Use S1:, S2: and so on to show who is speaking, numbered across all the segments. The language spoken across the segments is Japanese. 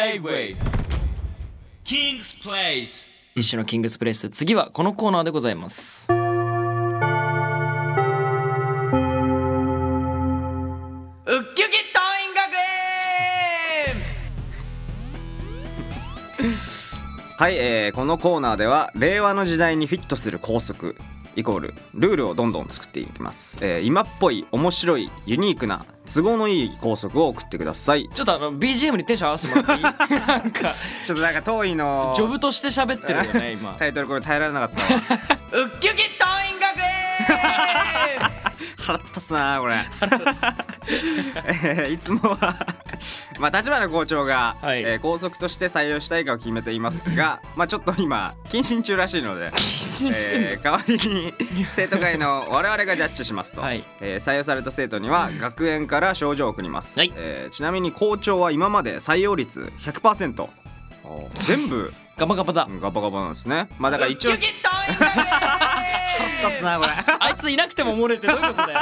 S1: J-Way King's Place
S2: 一種のキングスプレス次はこのコーナーでございます
S3: ウッキュキ桐蔭学
S4: はい、えーこのコーナーでは令和の時代にフィットする校則イコールルールをどんどん作っていきます、えー今っぽい面白いユニークな都合のいい校則を送ってください
S2: ちょっとあの BGM にテンション合わせてもらっていい なんか
S4: ちょっとなんか遠いの
S2: ジョブとして喋ってるよね今
S4: タイトルこれ耐えられなかった
S3: 園ウッキュキ桐蔭学園
S4: 腹立つなこれ えーいつもは まあ立花校長が、
S2: はい
S4: えー校則として採用したいかを決めていますがまあちょっと今謹慎中らしいのでえー代わりに生徒会の我々がジャッジしますと、
S2: はい
S4: えー採用された生徒には学園から賞状を送ります、
S2: はい
S4: えーちなみに校長は今まで採用率100%全部
S2: ガバガバだ
S4: ガバガバなんですねまあだから一応
S3: ウッキュキ桐蔭学園
S4: なこれ
S2: あいついなくても漏れてどういうことだよ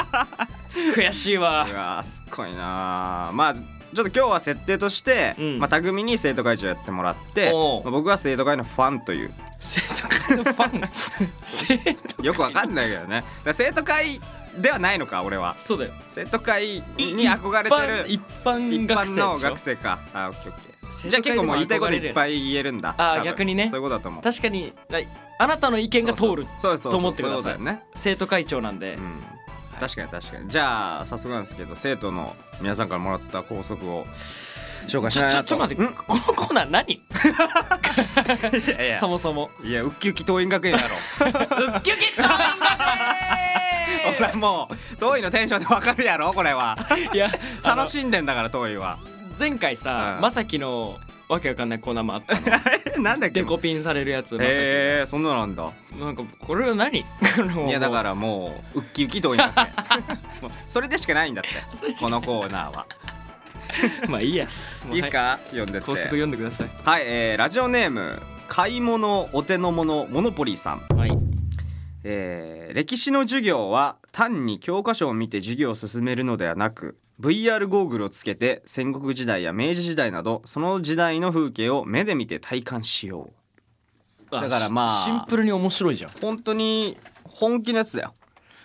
S2: 悔しいわ
S4: うわーすっごいなーまあちょっと今日は設定として、
S2: うん
S4: まあ、匠に生徒会長やってもらって、
S2: おう
S4: まあ僕は生徒会のファン という
S2: 生徒会のファン 生徒
S4: よくわかんないけどねだから生徒会ではないのか俺は
S2: そうだよ
S4: 生徒会に憧れてる
S2: 一般一般
S4: 一
S2: 学生
S4: 般の
S2: でしょ
S4: 学生かあオッケーオッケー
S2: 生徒会
S4: じゃあ結構も
S2: で
S4: う
S2: も
S4: 言いたいこと
S2: 憧れる
S4: いっぱい言えるんだ
S2: あー
S4: 多分
S2: 逆にね
S4: そういうことだと思う
S2: 確かにはいあなたの意見が通る
S4: そうそうそう
S2: と思ってください
S4: そううことだよね
S2: 生徒会長なんで
S4: うん確かに確かにじゃあ早速なんですけど生徒の皆さんからもらった校則を紹介し
S2: ち
S4: な
S2: ょ
S4: い
S2: ちょ
S4: な
S2: ち
S4: と
S2: ょ待って
S4: ん
S2: このコーナー何
S4: いやいや
S2: そもそも
S4: いやウッキウキ桐 蔭学園やろ
S3: ウッキュキ桐蔭学園
S4: ほらもう遠いのテンションでわかるやろこれ はい
S2: やあの
S4: 楽しんでんだから遠 いは
S2: 前回さ
S4: うん
S2: まさきのわけわかんないコーナーもあったの
S4: なんだっけ
S2: デコピンされるやつまさき
S4: えー、そんなのなんだ
S2: なんかこれは何この
S4: い やだかららもうウッキウキ桐蔭学園もうそれでしかないん だってこのコーナーは
S2: まあいいや
S4: いいです
S2: も
S4: か読んで
S2: うは
S4: っ
S2: い高速
S4: て
S2: 読んでくださ
S4: はい、えーラジオネーム買い物お手の物モノポリーさん
S2: いはい
S4: えー歴史の授業は単に教科書を見て授業を進めるのではなく VR ゴーグルをつけて戦国時代や明治時代などその時代の風景を目で見て体感しようだからまあ
S2: シンプルに面白いじゃん
S4: 本当に本気のやつだよ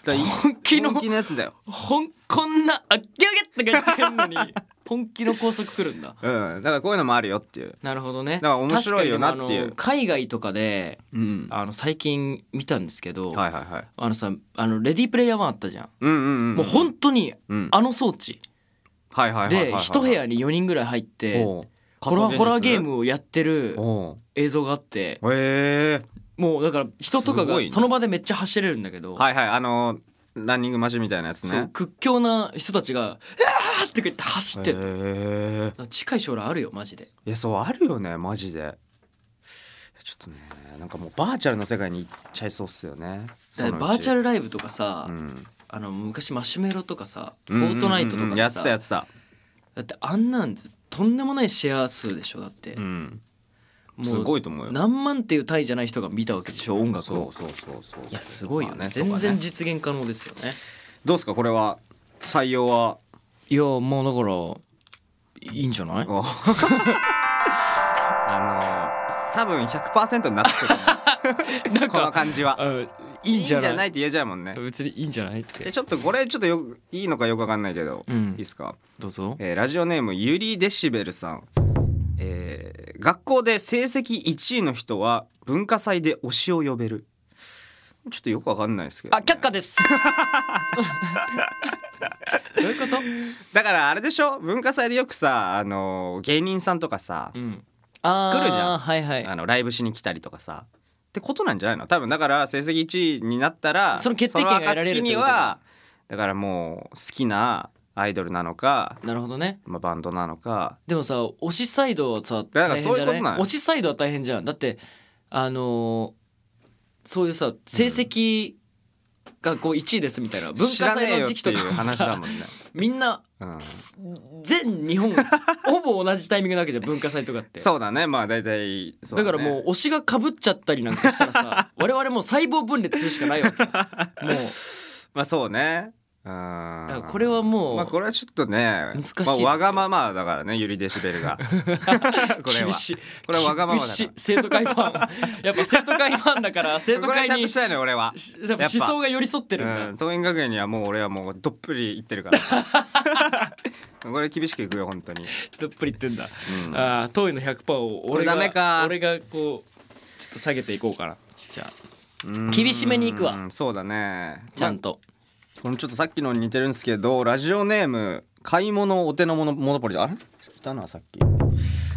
S4: だから
S2: 本気の
S4: 本気のやつだよ
S2: ほんこんなあっギャギャって言ってんのに 本気の高速来るんだ
S4: うんだからこういうのもあるよっていう
S2: なるほどね
S4: だから面白いよなっていう
S2: 確かにでもあの海外とかで
S4: うんは
S2: あの最近見たんですけど、
S4: いはいはい
S2: あのさあのレディープレイヤー1あったじゃん、
S4: うんうんうん
S2: もう本当に
S4: うん
S2: あの装置
S4: はいはいはいはい
S2: で一部屋に4人ぐらい入って
S4: おう
S2: ホラーホラーゲー
S4: ム
S2: ムをやってる
S4: お
S2: 映像があって
S4: うへえ
S2: もうだから人とか
S4: す
S2: が
S4: ごいね
S2: その場でめっちゃ走れるんだけど、
S4: はいはいあのーランニングマシンみたいなやつ
S2: そう
S4: ね
S2: 屈強な人たちが「うわー!」って言って走ってる、だか
S4: へえ
S2: ら近い将来あるよマジで
S4: いやそうあるよねマジでちょっとねなんかもうバーチャルの世界に行っちゃいそうっすよね
S2: だからバーチャ
S4: ル
S2: ルライブとかさ、
S4: うん
S2: あの昔マシュメロとかさフォートナイト
S4: うん
S2: と
S4: うんう
S2: か
S4: ん
S2: で
S4: やって
S2: さ
S4: たやってた
S2: だってあんなんとんでもないシェア数でしょだって、
S4: うん
S2: もう
S4: すごいと思うよ
S2: 何万っていう単位じゃない人が見たわけでしょ音楽
S4: そ
S2: を
S4: うそうそうそうい
S2: いやすごいよね
S4: と
S2: 全
S4: か
S2: 然実現可能ですよね
S4: どうですかこれは採用はい
S2: やもうだからいいんじゃ ない
S4: お あのー多分100%になってくる ね
S2: なん
S4: この
S2: か
S4: 感じは
S2: うんいいんじゃない
S4: って言えちゃうもんね
S2: 別にいいんじゃないって
S4: でちょっとこれちょっとよくいいのかよくわかんないけど、
S2: うん
S4: いいですか
S2: どうぞ
S4: えーラジオネームゆりデシベルさん、えー学校で成績1位の人は文化祭で推しを呼べるちょっとよくわかんないですけど、
S2: あ
S4: ね、
S2: 却下ですどういうこと
S4: だからあれでしょ文化祭でよくさ、あのー芸人さんとかさ、
S2: うんあー
S4: 来るじゃん
S2: はいはい
S4: あのライブしに来たりとかさってことなんじゃないの多分だから成績1位になったら
S2: その決定権が得られるってこと
S4: その暁にはだからもう好きなアイドルなのか、
S2: なるほどね
S4: まあ、バンドなのか
S2: でもさ推しサイドはさ
S4: から
S2: 大変じゃ
S4: そういうこ
S2: な
S4: と
S2: い
S4: なのよ
S2: 推しサイドは大変じゃんだってあのーそういうさ成績がこう1位ですみたいな、文化
S4: 知らねえ
S2: 祭
S4: よ
S2: の
S4: っ
S2: 時
S4: て
S2: 期と
S4: い
S2: か
S4: う
S2: も
S4: 話だ
S2: さ
S4: もんね。
S2: みんな
S4: うん
S2: 全日本ほぼ同じタイミングなわけじゃん文化祭とかって。
S4: そうだねまあ大体そう
S2: だ
S4: だ,、
S2: からもう推しがかぶっちゃったりなん かしたらさ我々もう細胞分裂するしかないわけもう
S4: まあそうねあ
S2: だ
S4: ー
S2: からこれはもう、
S4: まあこれはちょっとね
S2: 難しいです
S4: まあ、
S2: よ
S4: わがままだからねゆりデシベ ルがこれは
S2: 厳しい
S4: これはわがままだから
S2: 厳しい生徒会ファンやっぱ生徒会ファンだから生徒
S4: これは
S2: 会
S4: ちゃん
S2: に
S4: としたいのよ俺は
S2: しやっぱ思想が寄り添ってるんだ、
S4: うん、桐蔭学園にはもう俺はもうどっぷりいってるから これ厳しくいくよ本当に、
S2: どっぷり言ってんだ、
S4: うん
S2: ああ当院の100%を俺が
S4: これダメか
S2: 俺がこうちょっと下げていこうかなじゃあ
S4: うん
S2: 厳しめに行くわ
S4: そうだね
S2: ちゃんと、
S4: まあこのちょっとさっきのに似てるんですけどラジオネーム買い物お手の物モノポリあれ来たなさっき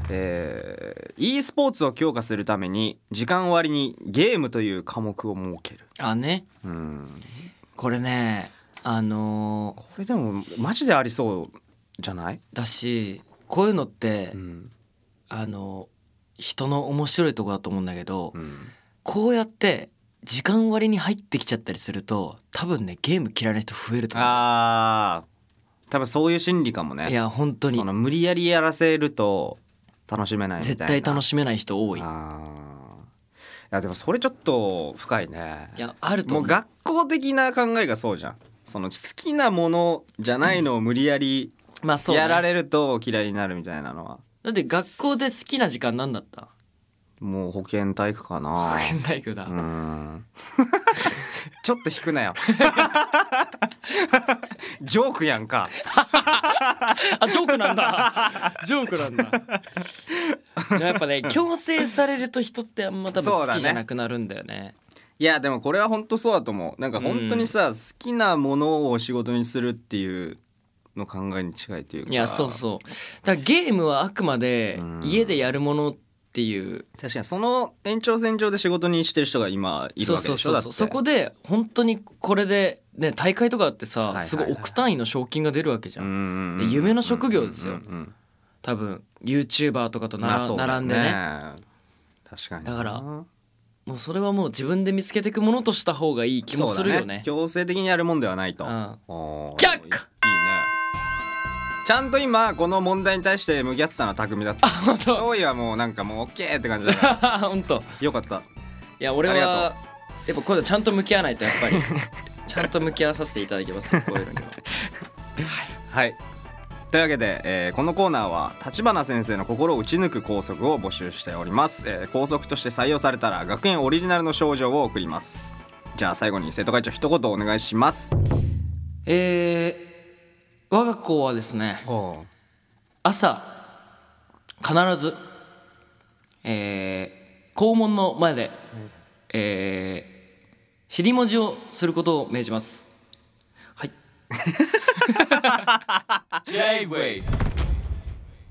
S4: えー、e スポーツを強化するために時間割にゲームという科目を設ける
S2: あね
S4: うん
S2: これねあの
S4: これでもマジでありそうじゃない、
S2: ーだしこういうのって、
S4: うん
S2: あのー人の面白いとこだと思うんだけど、
S4: うん、
S2: こうやって時間割に入ってきちゃったりすると多分ねゲーム嫌いな人増えると思う
S4: あー多分そういう心理かもね
S2: いや本当に
S4: その無理やりやらせると楽しめないみたい
S2: 絶
S4: な
S2: 対楽
S4: し
S2: しめない人多いい
S4: あーいやでもそれちょっと深いね
S2: やあると
S4: もう
S2: 思う
S4: 学校的な考えがそうじゃんその好きなものじゃないのを無理やり
S2: まあそうね
S4: やられると嫌いになるみたいなのは
S2: だって学校で好きな時間なんだった
S4: もう保健体育かな
S2: 大工だ
S4: うーんちょっと引くなよジョークやんか
S2: あジョークなん だジョークなんだやっぱね強制されると人ってあんま多分
S4: そう
S2: 好
S4: だね
S2: きじゃなくなるんだよね
S4: いやでもこれは本当そうだと思うなんか本当にさ、好きなものを仕事にするっていうの考えに近いというか
S2: いやそうそうだからゲームはあくまで
S4: うん
S2: 家でやるものっていう
S4: う確かにその延長線上で仕事にしてる人が今いる
S2: そう
S4: わけ
S2: そ
S4: で
S2: う
S4: し
S2: そ
S4: ょ
S2: う
S4: だ
S2: そ
S4: っ
S2: う
S4: て
S2: そこで本当にこれでね大会とかだって
S4: いはい
S2: さ
S4: はい
S2: すごい億単位の賞金が出るわけじゃ
S4: うん
S2: ん
S4: うんうん
S2: で夢の職業ですよ
S4: うんうんうん
S2: 多分 YouTuber とかとな
S4: まあそうだ
S2: 並んでね
S4: 確かに
S2: だからもうそれはもう自分で見つけていくものとした方がいい気もする
S4: そ
S2: よ
S4: うだ
S2: ね
S4: 強制的にやるもんではないと、
S2: うん
S4: おー
S2: 却下
S4: いいねちゃんと今この問題に対して向き合ってたのは匠だった
S2: 本当
S4: 遠いはもうなんかもうオッケーって感じだから
S2: 本当
S4: よかった
S2: いや俺
S4: ありが
S2: はやっぱこういうのちゃんと向き合わないとやっぱり ちゃんと向き合わさせていただきますよこういうのには
S4: はい。というわけで、えーこのコーナーは立花先生の心を打ち抜く校則を募集しております、えー、校則として採用されたら学園オリジナルの賞状を送りますじゃあ最後に生徒会長一言お願いします
S2: えー、我が校はですね
S4: お
S2: 朝必ず、えー校門の前で、えー尻文字をすることを命じますはい
S1: J-Way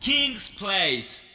S1: King's Place